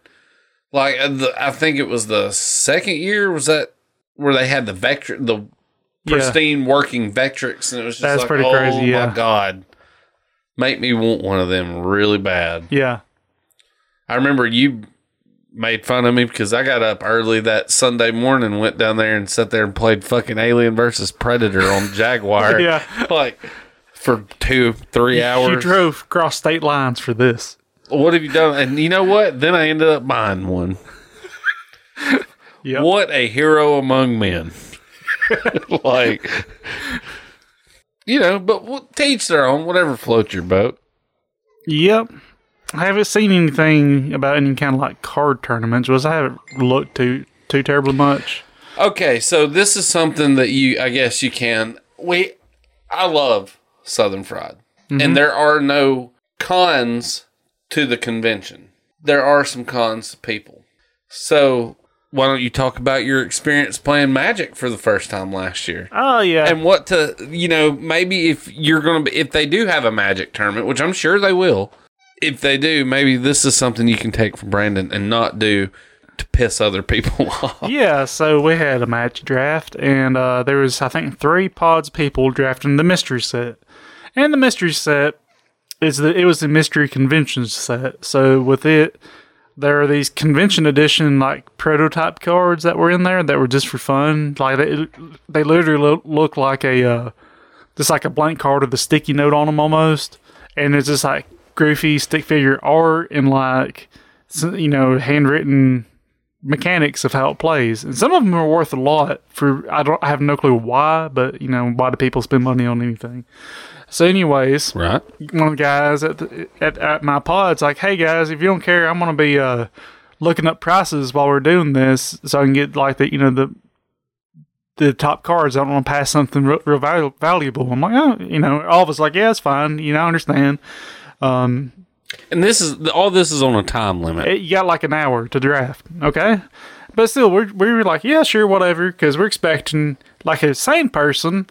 Speaker 1: Like uh, the, I think it was the second year was that where they had the vector the
Speaker 2: Yeah.
Speaker 1: pristine working Vectrix, and it was just
Speaker 2: That's
Speaker 1: like,
Speaker 2: pretty
Speaker 1: oh
Speaker 2: crazy, yeah."
Speaker 1: my god, make me want one of them really bad.
Speaker 2: Yeah.
Speaker 1: I remember you made fun of me because I got up early that Sunday morning, went down there and sat there and played fucking Alien versus Predator on Jaguar.
Speaker 2: Yeah.
Speaker 1: Like for two, three
Speaker 2: You
Speaker 1: hours.
Speaker 2: drove across state lines for this.
Speaker 1: what have you done? And you know what? Then I ended up buying one.
Speaker 2: Yep.
Speaker 1: What a hero among men. like, you know, but we'll teach their own, whatever floats your boat.
Speaker 2: Yep. I haven't seen anything about any kind of like card tournaments. Was I haven't looked too too terribly much.
Speaker 1: Okay, so this is something that you, I guess, you can. We, I love Southern Fried, and there are no cons to the convention. There are some cons to people. So why don't you talk about your experience playing Magic for the first time last year?
Speaker 2: Oh yeah.
Speaker 1: And what to, you know, maybe if you're going to, if they do have a magic tournament, which I'm sure they will, if they do, maybe this is something you can take from Brandon and not do to piss other people off.
Speaker 2: yeah, so we had a match draft and uh, there was I think three pods people drafting the mystery set. And the mystery set is the it was the mystery convention set. So with it there are these convention edition like prototype cards that were in there that were just for fun. Like they, they literally lo- look like a uh, just like a blank card with a sticky note on them almost, and it's just like goofy stick figure art and like s- you know handwritten mechanics of how it plays. And some of them are worth a lot for I don't I have no clue why, but you know why do people spend money on anything? So, anyways,
Speaker 1: Right.
Speaker 2: one of the guys at, the, at at my pod's like, "Hey guys, if you don't care, I'm gonna be uh, looking up prices while we're doing this, so I can get like the you know the the top cards. I don't want to pass something real, real valu- valuable." I'm like, "Oh, you know," all of us like, "Yeah, it's fine. You know, I understand."
Speaker 1: And this is all this is on a time limit.
Speaker 2: It, you got like an hour to draft, okay? But still, we're, we were like, "Yeah, sure, whatever," because we're expecting like a sane person,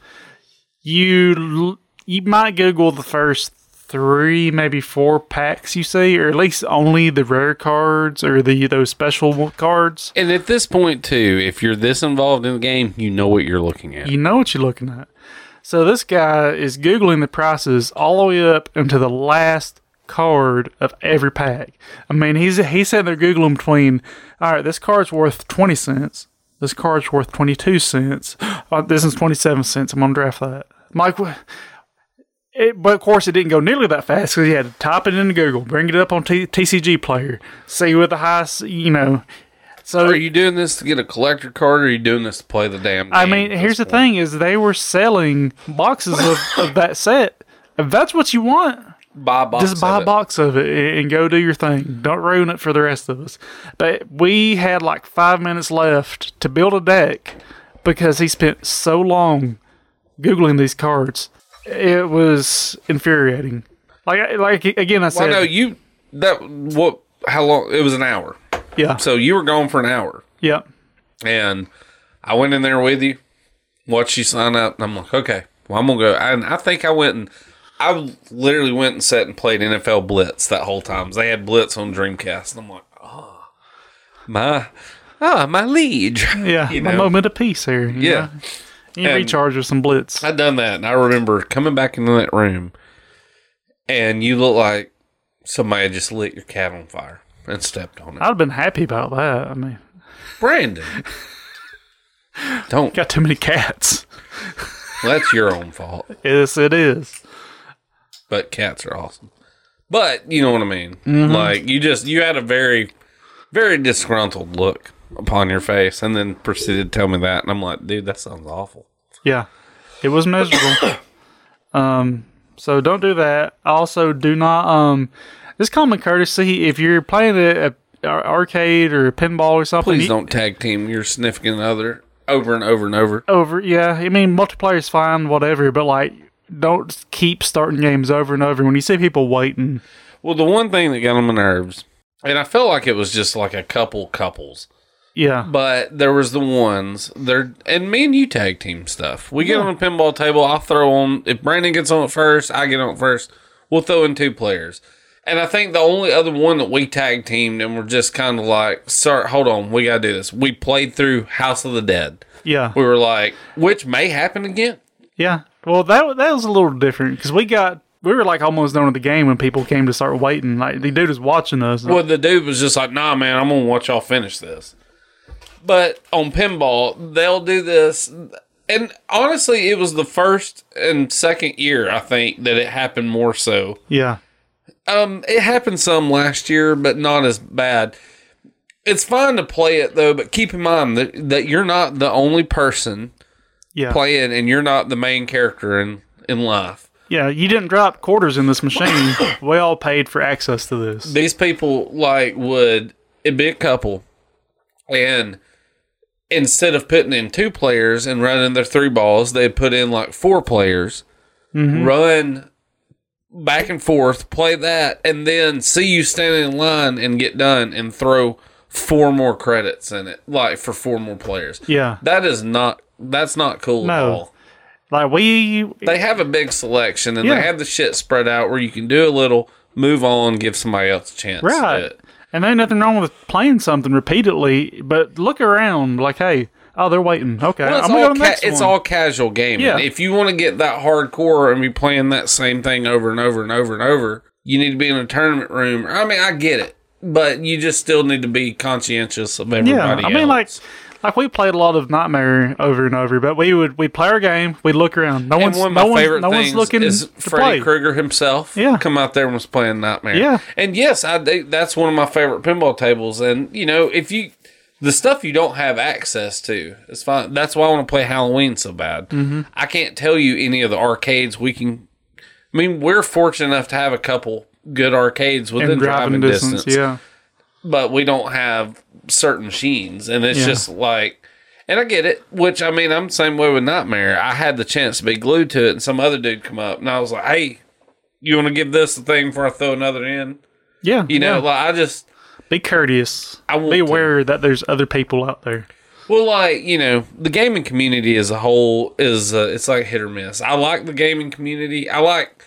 Speaker 2: you l- you might Google the first three, maybe four packs you see, or at least only the rare cards or the those special cards.
Speaker 1: And at this point, too, if you're this involved in the game, you know what you're looking at.
Speaker 2: You know what you're looking at. So this guy is googling the prices all the way up into the last card of every pack. I mean, he's he's sitting there googling between. All right, this card's worth twenty cents. This card's worth twenty two cents. Uh, this is twenty seven cents. I'm gonna draft that. Mike. wh- It, but of course, it didn't go nearly that fast because he had to type it into Google, bring it up on T- TCG Player, see what the highest, you know. So
Speaker 1: Are you doing this to get a collector card, or are you doing this to play the damn? Game
Speaker 2: I mean, here's the thing: is they were selling boxes of, of that set. If that's what you want,
Speaker 1: Buy a box
Speaker 2: just buy
Speaker 1: of
Speaker 2: a
Speaker 1: it.
Speaker 2: box of it and and go do your thing. Don't ruin it for the rest of us. But we had like five minutes left to build a deck because he spent so long googling these cards. It was infuriating. Like, I- like again, I
Speaker 1: I
Speaker 2: said,
Speaker 1: know you. That what? How long? It was an hour.
Speaker 2: yeah,
Speaker 1: So you were gone for an hour,
Speaker 2: yeah,
Speaker 1: and I went in there with you. Watched you sign up, and I'm like, okay, well, I'm gonna go. And I think I went and I literally went and sat and played NFL Blitz that whole time. They had Blitz on Dreamcast, and I'm like, oh, my, ah, my liege.
Speaker 2: yeah.
Speaker 1: You
Speaker 2: A
Speaker 1: know.
Speaker 2: moment of peace here. you
Speaker 1: Yeah.
Speaker 2: know? you
Speaker 1: And-
Speaker 2: recharge with some blitz.
Speaker 1: I'd done that, and I remember coming back into that room, and you look like somebody had just lit your cat on fire and stepped on it.
Speaker 2: I'd have been happy about that. I mean,
Speaker 1: Brandon, don't.
Speaker 2: got too many cats.
Speaker 1: That's your own fault.
Speaker 2: Yes, it is.
Speaker 1: But cats are awesome. But you know what I mean. Like you just you had a very, very disgruntled look upon your face, and then proceeded to tell me that, and I'm like, dude, that sounds awful.
Speaker 2: Yeah, it was miserable. um, so don't do that. Also, do not um, this common courtesy if you're playing a, a ar- arcade or a pinball or something.
Speaker 1: Please
Speaker 2: you-
Speaker 1: don't tag team your significant other over and over and over.
Speaker 2: over. Yeah, I mean multiplayer is fine, whatever. But like, don't keep starting games over and over. When you see people waiting,
Speaker 1: Well, the one thing that got on my nerves, and I felt like it was just like a couple couples
Speaker 2: Yeah.
Speaker 1: But there was the ones there, and me and you tag team stuff. We get on a pinball table. I'll throw on if Brandon gets on it first. I get on it first. We'll throw in two players. And I think the only other one that we tag teamed and we're just kind of like, sir, hold on, we gotta do this. We played through House of the Dead.
Speaker 2: Yeah.
Speaker 1: We were like, which may happen again.
Speaker 2: Yeah. Well, that that was a little different because we got we were like almost done with the game when people came to start waiting. Like the dude is watching us.
Speaker 1: Well, the dude was just like, nah, man, I'm gonna watch y'all finish this. But on pinball, they'll do this. And honestly, it was the first and second year, I think, that it happened more so.
Speaker 2: yeah.
Speaker 1: Um, it happened some last year, but not as bad. It's fine to play it though, but keep in mind that, that you're not the only person
Speaker 2: Yeah.
Speaker 1: playing, and you're not the main character in in life.
Speaker 2: Yeah. You didn't drop quarters in this machine. we all paid for access to this.
Speaker 1: These people like would it'd be a couple, and instead of putting in two players and running their three balls, they'd put in like four players,
Speaker 2: Mm-hmm.
Speaker 1: run back and forth, play that, and then see you standing in line and get done and throw four more credits in it, like for four more players.
Speaker 2: Yeah.
Speaker 1: That is not that's not cool at
Speaker 2: No.
Speaker 1: all.
Speaker 2: Like we.
Speaker 1: They have a big selection and
Speaker 2: Yeah.
Speaker 1: they have the shit spread out where you can do a little, move on, give somebody else a chance. to do
Speaker 2: Right.
Speaker 1: it.
Speaker 2: And ain't nothing wrong with playing something repeatedly, but look around. Like, hey, oh, they're waiting. Okay.
Speaker 1: Well, it's
Speaker 2: I'm gonna go
Speaker 1: all
Speaker 2: to the
Speaker 1: ca-
Speaker 2: next
Speaker 1: it's
Speaker 2: one.
Speaker 1: all casual gaming.
Speaker 2: Yeah.
Speaker 1: If you want to get that hardcore and be playing that same thing over and over and over and over, you need to be in a tournament room. I mean, I get it, but you just still need to be conscientious of everybody.
Speaker 2: Yeah, I mean, like,
Speaker 1: else.
Speaker 2: like we played a lot of Nightmare over and over, but we would we play our game, we would look around. No
Speaker 1: And
Speaker 2: one's
Speaker 1: one of my
Speaker 2: no one's,
Speaker 1: favorite
Speaker 2: no
Speaker 1: things
Speaker 2: one's looking
Speaker 1: is
Speaker 2: to
Speaker 1: Freddy
Speaker 2: play.
Speaker 1: Krueger himself.
Speaker 2: Yeah.
Speaker 1: come out there and was playing Nightmare.
Speaker 2: Yeah.
Speaker 1: and yes, I do- that's one of my favorite pinball tables. And you know, if you the stuff you don't have access to, it's fine. That's why I want to play Halloween so bad.
Speaker 2: Mm-hmm.
Speaker 1: I can't tell you any of the arcades we can. I mean, we're fortunate enough to have a couple good arcades within
Speaker 2: in
Speaker 1: driving, distance,
Speaker 2: Yeah,
Speaker 1: but we don't have certain machines, and it's
Speaker 2: Yeah.
Speaker 1: just like. And I get it, which I mean, I'm the same way with Nightmare. I had the chance to be glued to it, and some other dude come up, and I was like, "Hey, you want to give this a thing before I throw another in?"
Speaker 2: yeah.
Speaker 1: You know,
Speaker 2: yeah.
Speaker 1: like I just,
Speaker 2: be courteous.
Speaker 1: I want
Speaker 2: be
Speaker 1: to.
Speaker 2: aware that there's other people out there.
Speaker 1: well, like you know, the gaming community as a whole is uh, it's like hit or miss. I like the gaming community. I like,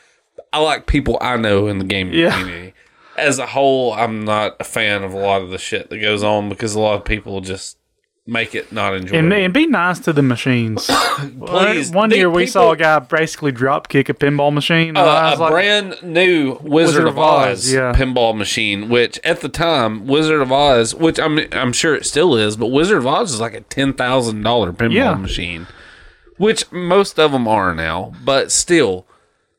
Speaker 1: I like people I know in the gaming
Speaker 2: Yeah.
Speaker 1: community. As a whole, I'm not a fan of a lot of the shit that goes on because a lot of people just make it not enjoyable.
Speaker 2: And, and be nice to the machines.
Speaker 1: Please,
Speaker 2: One
Speaker 1: the
Speaker 2: year we
Speaker 1: people-
Speaker 2: saw a guy basically drop kick a pinball machine. and I
Speaker 1: uh,
Speaker 2: was
Speaker 1: a
Speaker 2: like,
Speaker 1: brand new Wizard, of
Speaker 2: of Oz,
Speaker 1: Oz,
Speaker 2: yeah.
Speaker 1: pinball machine, which at the time Wizard of Oz, which I'm I'm sure it still is, but Wizard of Oz is like a ten thousand dollar pinball
Speaker 2: Yeah.
Speaker 1: machine, which most of them are now, but still,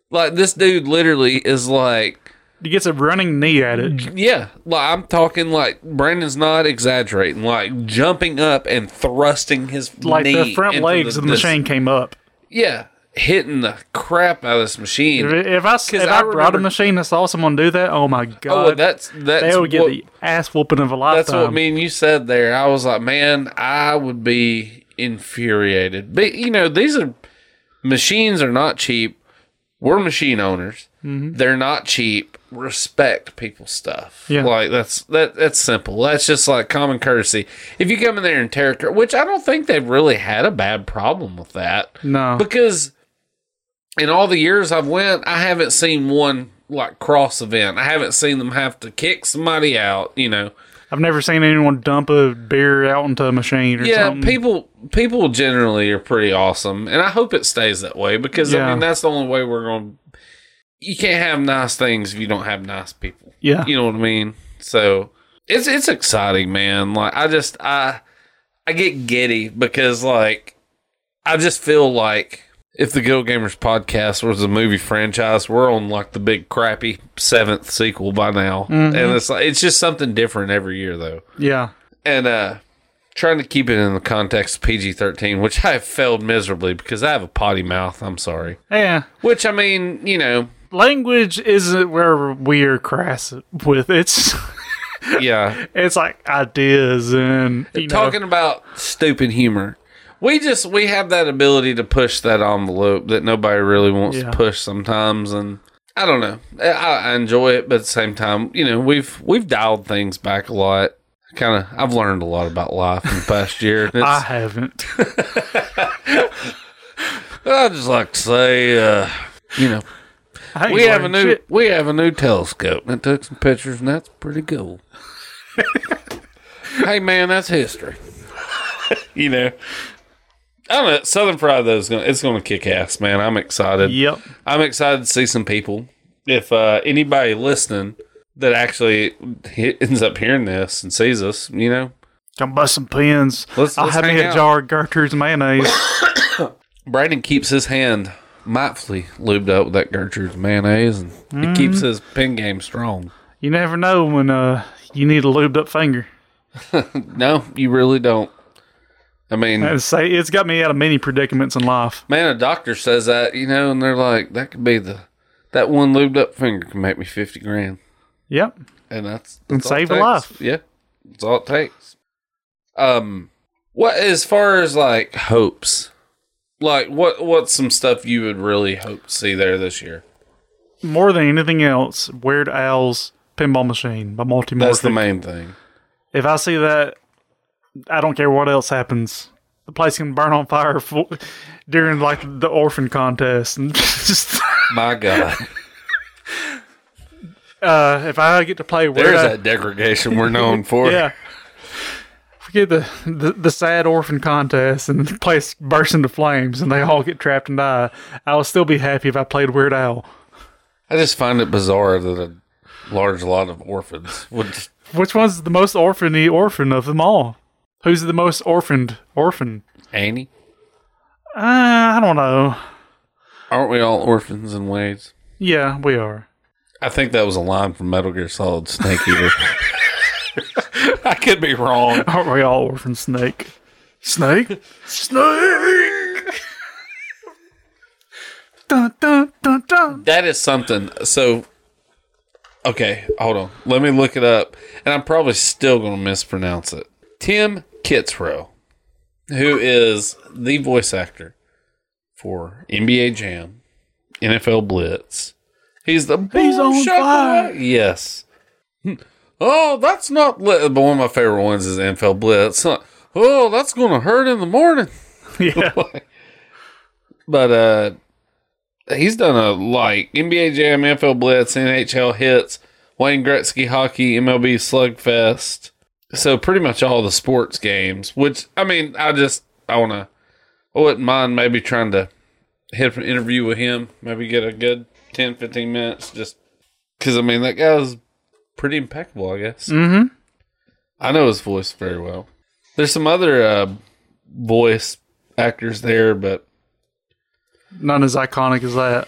Speaker 1: like this dude literally is like
Speaker 2: he gets a running knee at it.
Speaker 1: yeah, like I'm talking like Brandon's not exaggerating, like jumping up and thrusting his
Speaker 2: Like
Speaker 1: knee
Speaker 2: the front
Speaker 1: into
Speaker 2: legs of the
Speaker 1: this-
Speaker 2: machine came up.
Speaker 1: yeah, hitting the crap out of this machine.
Speaker 2: If, if I if I,
Speaker 1: I
Speaker 2: brought
Speaker 1: remember-
Speaker 2: a machine and saw someone do that, oh my god,
Speaker 1: Oh, that's that's
Speaker 2: they would get
Speaker 1: what-
Speaker 2: the ass whooping of a lifetime.
Speaker 1: That's what me and you said there. I was like, man, I would be infuriated. But you know, these are machines are not cheap. We're machine owners.
Speaker 2: Mm-hmm.
Speaker 1: They're not cheap. Respect people's stuff.
Speaker 2: Yeah.
Speaker 1: Like that's that that's simple. That's just like common courtesy. If you come in there and tear a cur- which I don't think they've really had a bad problem with that.
Speaker 2: No.
Speaker 1: Because in all the years I've went, I haven't seen one like cross event. I haven't seen them have to kick somebody out, you know.
Speaker 2: I've never seen anyone dump a beer out into a machine or
Speaker 1: yeah,
Speaker 2: something.
Speaker 1: people people generally are pretty awesome, and I hope it stays that way because I
Speaker 2: Yeah.
Speaker 1: mean that's the only way we're going. to You can't have nice things if you don't have nice people.
Speaker 2: yeah.
Speaker 1: You know what I mean? So it's it's exciting, man. Like I just I I get giddy because like I just feel like if the Guild Gamers podcast was a movie franchise, we're on like the big crappy seventh sequel by now,
Speaker 2: Mm-hmm.
Speaker 1: and it's like it's just something different every year though
Speaker 2: yeah.
Speaker 1: and uh trying to keep it in the context of PG-13, which I have failed miserably because I have a potty mouth, I'm sorry.
Speaker 2: Yeah.
Speaker 1: Which I mean, you know,
Speaker 2: Language isn't where we are crass with it's
Speaker 1: yeah.
Speaker 2: it's like ideas and you know,
Speaker 1: Talking about stupid humor. We just we have that ability to push that envelope that nobody really wants
Speaker 2: Yeah.
Speaker 1: to push sometimes and I don't know. I, I enjoy it, but at the same time, you know, we've we've dialed things back a lot. kind of I've learned a lot about life in the past year. and
Speaker 2: I
Speaker 1: It's,
Speaker 2: haven't.
Speaker 1: I just like to say, uh, you know,
Speaker 2: I ain't
Speaker 1: we have a
Speaker 2: learned
Speaker 1: new
Speaker 2: shit.
Speaker 1: we have a new telescope and I took some pictures and that's pretty cool. hey man, that's history. you know. I don't know. Southern Pride though is gonna it's gonna kick ass, man. I'm excited.
Speaker 2: Yep.
Speaker 1: I'm excited to see some people. If uh, anybody listening that actually he- ends up hearing this and sees us, you know,
Speaker 2: Come bust some pins.
Speaker 1: Let's-
Speaker 2: I'll
Speaker 1: let's
Speaker 2: have me
Speaker 1: hang
Speaker 2: a
Speaker 1: out.
Speaker 2: jar of Gertrude's mayonnaise.
Speaker 1: Brandon keeps his hand mightfully lubed up with that Gertrude's mayonnaise, and it keeps his pin game strong.
Speaker 2: you never know when uh you need a lubed up finger.
Speaker 1: No, you really don't. I mean,
Speaker 2: And say it's got me out of many predicaments in life.
Speaker 1: man, a doctor says that, you know, and they're like, that could be the that one lubed up finger can make me fifty grand,
Speaker 2: Yep.
Speaker 1: and that's,
Speaker 2: And
Speaker 1: that's all it
Speaker 2: save a
Speaker 1: takes.
Speaker 2: life.
Speaker 1: Yeah, that's all it takes. Um, what as far as like hopes, like what what's some stuff you would really hope to see there this year?
Speaker 2: More than anything else, Weird Al's Pinball Machine by Multimorphic.
Speaker 1: That's the main thing.
Speaker 2: if I see that, I don't care what else happens. The place can burn on fire for, during like the orphan contest, and just
Speaker 1: My God.
Speaker 2: uh, if I get to play Weird
Speaker 1: There's
Speaker 2: Al,
Speaker 1: that degradation we're known for.
Speaker 2: yeah. Forget the, the the sad orphan contest and the place bursts into flames and they all get trapped and die. I would still be happy if I played Weird Al.
Speaker 1: I just find it bizarre that a large lot of orphans would. Just,
Speaker 2: Which one's the most orphany orphan of them all? Who's the most orphaned orphan?
Speaker 1: Annie,
Speaker 2: Uh, I don't know.
Speaker 1: aren't we all orphans in ways?
Speaker 2: Yeah, we are.
Speaker 1: I think that was a line from Metal Gear Solid Snake Eater. I could be wrong.
Speaker 2: Aren't we all orphan snake? Snake? snake! dun, dun, dun, dun.
Speaker 1: That is something. So, okay, hold on. Let me look it up, and I'm probably still going to mispronounce it. Tim Kitzrow, who is the voice actor for NBA Jam, NFL Blitz. He's the
Speaker 2: He's on
Speaker 1: bullshit
Speaker 2: fire.
Speaker 1: guy. Yes. Oh, that's not lit. But one of my favorite ones is NFL Blitz. Huh. Oh, that's going to hurt in the morning
Speaker 2: Yeah.
Speaker 1: but uh he's done a like NBA Jam, NFL Blitz, NHL hits, Wayne Gretzky hockey, MLB Slugfest. So pretty much all the sports games, which I mean, I just I wanna I wouldn't mind maybe trying to hit an interview with him, maybe get a good 10, 15 minutes just because I mean that guy was pretty impeccable, I guess.
Speaker 2: Mm-hmm.
Speaker 1: I know his voice very well. There's some other uh, voice actors there, but
Speaker 2: None as iconic as that.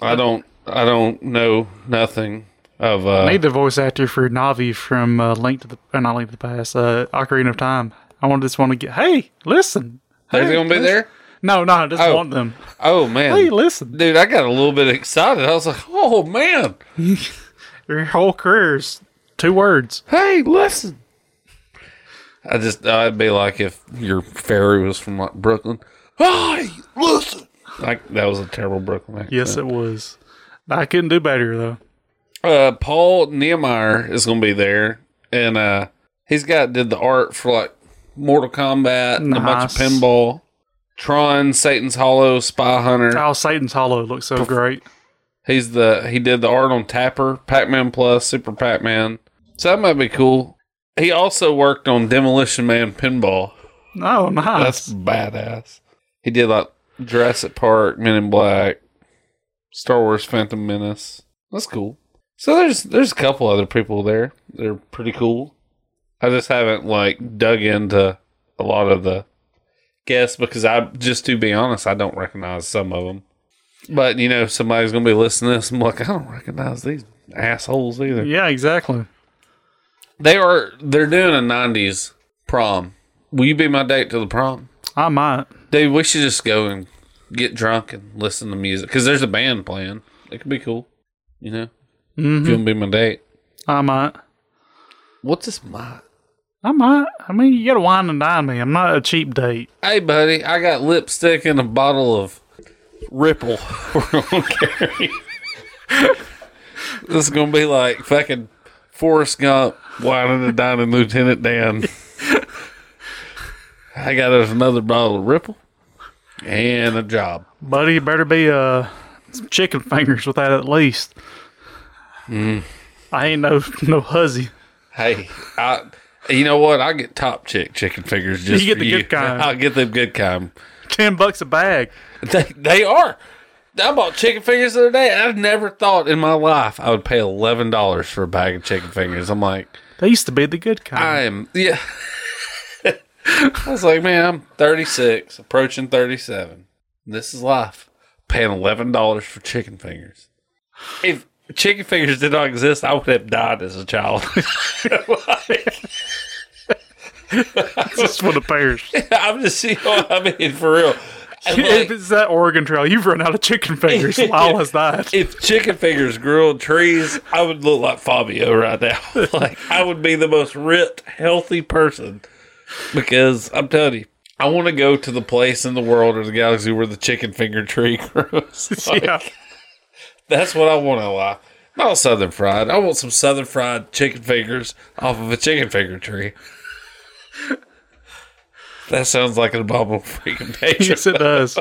Speaker 1: I don't I don't know nothing of uh
Speaker 2: made the voice actor for Navi from uh, Link to the uh, not Link to the Past, uh, Ocarina of Time. I wanted this one to get. Hey, listen.
Speaker 1: they're
Speaker 2: Hey,
Speaker 1: gonna be
Speaker 2: listen.
Speaker 1: there?
Speaker 2: No, no, I just
Speaker 1: Oh.
Speaker 2: want them.
Speaker 1: Oh
Speaker 2: Hey,
Speaker 1: man.
Speaker 2: listen.
Speaker 1: Dude, I got a little bit excited. I was like, "Oh man.
Speaker 2: Your whole career's two words.
Speaker 1: Hey, listen." I just I'd be like if your fairy was from like Brooklyn. Hey, listen. Like that was a terrible Brooklyn accent.
Speaker 2: Yes, it was. I couldn't do better though.
Speaker 1: uh, Paul Niemeyer is going to be there, and uh, he's got did the art for like Mortal Kombat and a bunch of
Speaker 2: Nice.
Speaker 1: pinball, Tron, Satan's Hollow, Spy Hunter.
Speaker 2: Oh, Satan's Hollow looks so great.
Speaker 1: He's the he did the art on Tapper, Pac Man Plus, Super Pac Man. So that might be cool. He also worked on Demolition Man Pinball.
Speaker 2: Oh, nice.
Speaker 1: That's badass. He did like Jurassic Park, Men in Black, Star Wars Phantom Menace. That's cool. So there's there's a couple other people there. They're pretty cool. I just haven't like dug into a lot of the guests because I just to be honest, I don't recognize some of them. But you know, somebody's gonna be listening to this and be like, I don't recognize these assholes either.
Speaker 2: yeah, exactly.
Speaker 1: They are they're doing a nineties prom. Will you be my date to the prom?
Speaker 2: I might.
Speaker 1: Dude, we should just go and get drunk and listen to music because there's a band playing. It could be cool, you know. If you want to be my date,
Speaker 2: I might.
Speaker 1: what's this my?
Speaker 2: I might. I mean, you gotta wine and dine me. I'm not a cheap date.
Speaker 1: Hey, buddy, I got lipstick and a bottle of Ripple. We're gonna carry. this is gonna be like fucking Forrest Gump Whining and dining Lieutenant Dan. I got us another bottle of Ripple and a job.
Speaker 2: Buddy, it better be uh, some chicken fingers with that at least.
Speaker 1: Mm.
Speaker 2: I ain't no no huzzy.
Speaker 1: Hey, I, you know what? I get top chick chicken fingers. Just
Speaker 2: You get
Speaker 1: for
Speaker 2: the good kind.
Speaker 1: I'll get the good kind.
Speaker 2: Ten bucks a bag.
Speaker 1: They, they are. I bought chicken fingers the other day. I never thought in my life I would pay eleven dollars for a bag of chicken fingers. I'm like,
Speaker 2: They used to be the good kind.
Speaker 1: I am. Yeah. I was like, man, I'm 36, approaching 37. This is life. Paying eleven dollars for chicken fingers. If chicken fingers did not exist, I would have died as a child.
Speaker 2: That's what it pairs.
Speaker 1: I'm just seeing. What I mean, for real. And like,
Speaker 2: if it's that Oregon Trail, you've run out of chicken fingers. Lyle has died.
Speaker 1: if chicken fingers grew on trees, I would look like Fabio right now. like I would be the most ripped, healthy person. Because I'm telling you, I want to go to the place in the world or the galaxy where the chicken finger tree grows. Like,
Speaker 2: yeah.
Speaker 1: That's what I want in life. Not southern fried. I want some southern fried chicken fingers off of a chicken finger tree. That sounds like an abominable freaking nature.
Speaker 2: Yes, it does.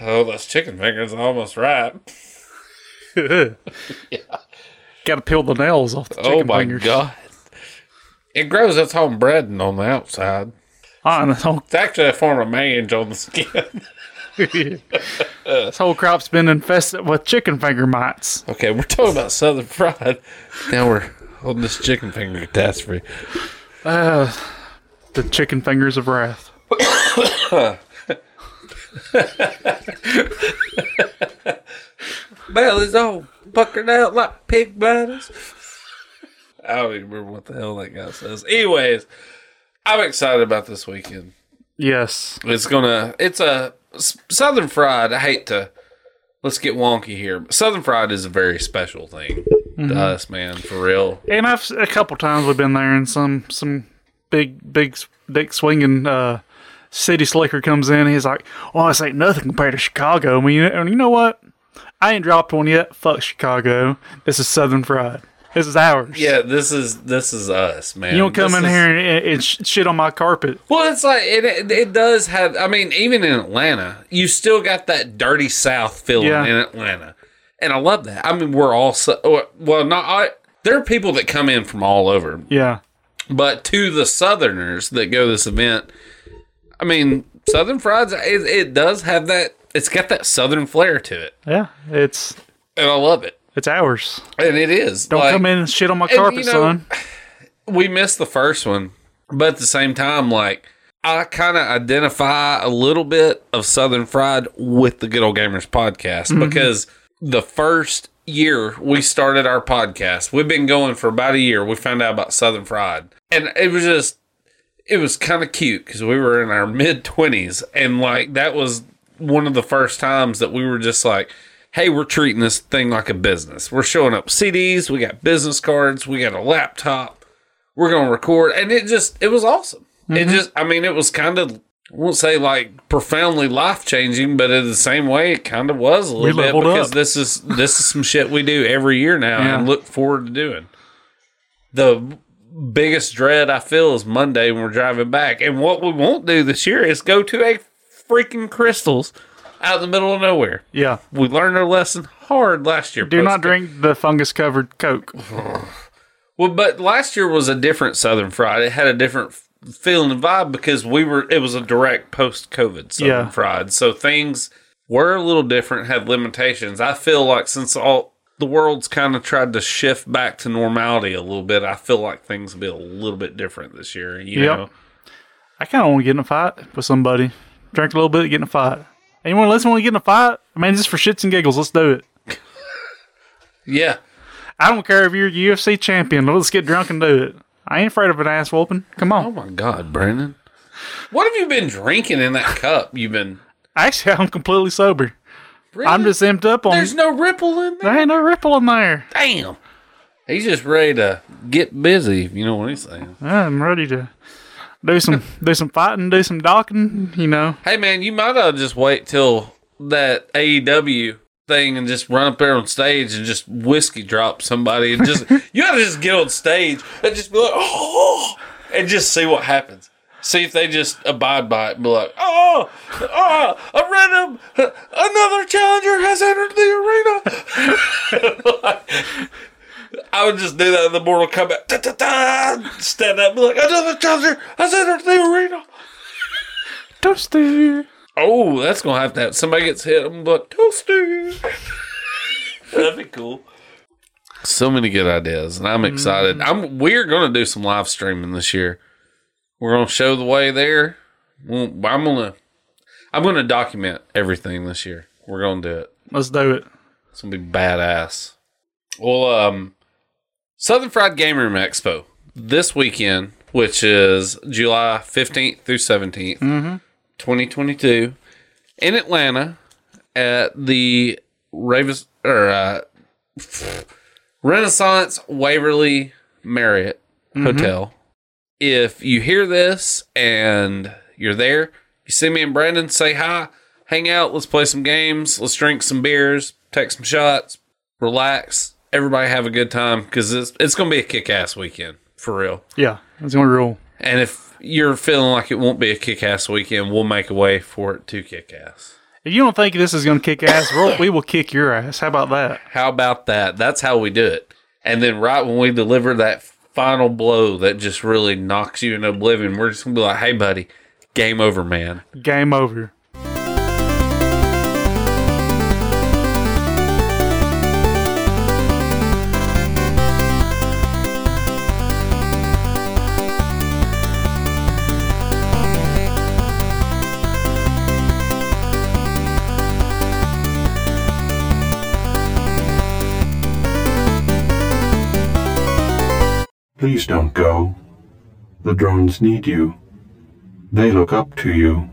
Speaker 1: Oh, those chicken fingers are almost ripe.
Speaker 2: Got to peel the nails off the chicken
Speaker 1: oh my
Speaker 2: fingers.
Speaker 1: god! It grows its own breading on the outside.
Speaker 2: Ah, and this whole,
Speaker 1: It's actually a form of mange on the skin.
Speaker 2: this whole crop's been infested with chicken finger mites.
Speaker 1: okay, we're talking about southern fried. Now we're on this chicken finger catastrophe. Oh.
Speaker 2: Uh, the chicken fingers of wrath.
Speaker 1: Belly's all puckered out like pig bladders. I don't even remember what the hell that guy says. Anyways, I'm excited about this weekend.
Speaker 2: Yes.
Speaker 1: It's gonna. It's a S- Southern Fried. I hate to. Let's get wonky here. but Southern Fried is a very special thing
Speaker 2: Mm-hmm.
Speaker 1: to us, man. For real.
Speaker 2: And I've a couple times we've been there, and some some big big s- dick swinging uh, city slicker comes in. And he's like, "Oh, this ain't nothing compared to Chicago." I mean, and you know what? I ain't dropped one yet. Fuck Chicago. This is Southern Fried. This is ours.
Speaker 1: Yeah, this is this is us, man.
Speaker 2: You don't come
Speaker 1: This
Speaker 2: in
Speaker 1: is-
Speaker 2: here and, and sh- shit on my carpet.
Speaker 1: Well, it's like it, it. It does have. I mean, even in Atlanta, you still got that dirty South feeling
Speaker 2: Yeah.
Speaker 1: in Atlanta, and I love that. I mean, we're all so, well. Not I. There are people that come in from all over,
Speaker 2: Yeah.
Speaker 1: but to the Southerners that go to this event, I mean, Southern Frieds. It, it does have that. It's got that Southern flair to it,
Speaker 2: Yeah. It's
Speaker 1: and I love it.
Speaker 2: it's ours.
Speaker 1: And it is.
Speaker 2: Don't
Speaker 1: like-
Speaker 2: come in and shit on my
Speaker 1: you
Speaker 2: carpet,
Speaker 1: know-
Speaker 2: son.
Speaker 1: we missed the first one, but at the same time, like I kind of identify a little bit of Southern Fried with the Good Old Gamers podcast
Speaker 2: Mm-hmm.
Speaker 1: because the first year we started our podcast, we've been going for about a year. We found out about Southern Fried, and it was just it was kind of cute because we were in our mid 20s and like that was one of the first times that we were just like hey we're treating this thing like a business we're showing up cds we got business cards we got a laptop we're gonna record and it just it was awesome it
Speaker 2: Mm-hmm.
Speaker 1: just i mean it was kind of I won't say like profoundly life changing, but in the same way, it kind of was a little bit
Speaker 2: leveled
Speaker 1: because
Speaker 2: up.
Speaker 1: this is this is some shit we do every year now and
Speaker 2: Yeah.
Speaker 1: look forward to doing. The biggest dread I feel is Monday when we're driving back. And what we won't do this year is go to a freaking crystals out in the middle of nowhere.
Speaker 2: Yeah.
Speaker 1: We learned our lesson hard last year.
Speaker 2: Do not
Speaker 1: Postco-
Speaker 2: drink the fungus covered Coke.
Speaker 1: Well, but last year was a different Southern Fried. It had a different f- feeling and vibe because we were. It was a direct post COVID Southern
Speaker 2: Yeah.
Speaker 1: Fried, so things were a little different, had limitations. I feel like since all the world's kind of tried to shift back to normality a little bit, I feel like things will be a little bit different this year. You
Speaker 2: Yep.
Speaker 1: know.
Speaker 2: I kind of want to get in a fight with somebody. Drink a little bit, get in a fight. Anyone else want to get in a fight? I mean, just for shits and giggles, let's do it.
Speaker 1: Yeah.
Speaker 2: I don't care if you're a UFC champion. Let's get drunk and do it. I ain't afraid of an ass whooping. Come
Speaker 1: Oh
Speaker 2: on.
Speaker 1: my God, Brandon. What have you been drinking in that cup? You've been.
Speaker 2: Actually, I'm completely sober. I'm just amped up on.
Speaker 1: There's no ripple in there.
Speaker 2: there ain't no ripple in there.
Speaker 1: Damn. He's just ready to get busy. if You know what he's saying.
Speaker 2: I'm ready to do some do some fighting, do some docking. You know.
Speaker 1: Hey man, you might have just wait till that AEW E thing and just run up there on stage and just whiskey drop somebody and just you gotta just get on stage and just be like oh and just see what happens. See if they just abide by it and be like, oh, oh, a random, another challenger has entered the arena. Like, I would just do that in the Mortal Kombat. Da, da, da, stand up and be like, another challenger has entered the arena.
Speaker 2: Toasty.
Speaker 1: Oh, that's gonna have to happen. Somebody gets hit. I'm like toasty. That'd be cool. So many good ideas, and I'm excited. I'm. We're gonna do some live streaming this year. We're gonna show the way there. We'll- I'm gonna. I'm gonna document everything this year. We're gonna do it.
Speaker 2: Let's do it.
Speaker 1: It's gonna be badass. Well, um, Southern Fried Game Room Expo this weekend, which is July fifteenth through 17th 2022, in Atlanta at the Ravens or uh, Renaissance Waverly Marriott Hotel. If you hear this and you're there, you see me and Brandon, say hi, hang out, let's play some games, let's drink some beers, take some shots, relax. Everybody have a good time because it's, it's going to be a kick ass weekend for real.
Speaker 2: Yeah, that's the only rule.
Speaker 1: And if you're feeling like it won't be a kick ass weekend, we'll make a way for it to kick ass.
Speaker 2: If you don't think this is going to kick ass, we'll, we will kick your ass. How about that?
Speaker 1: How about that? That's how we do it. And then right when we deliver that final blow that just really knocks you in oblivion, we're just gonna be like, "Hey, buddy, game over, man."
Speaker 2: Game over.
Speaker 3: Please don't go. The drones need you. They look up to you.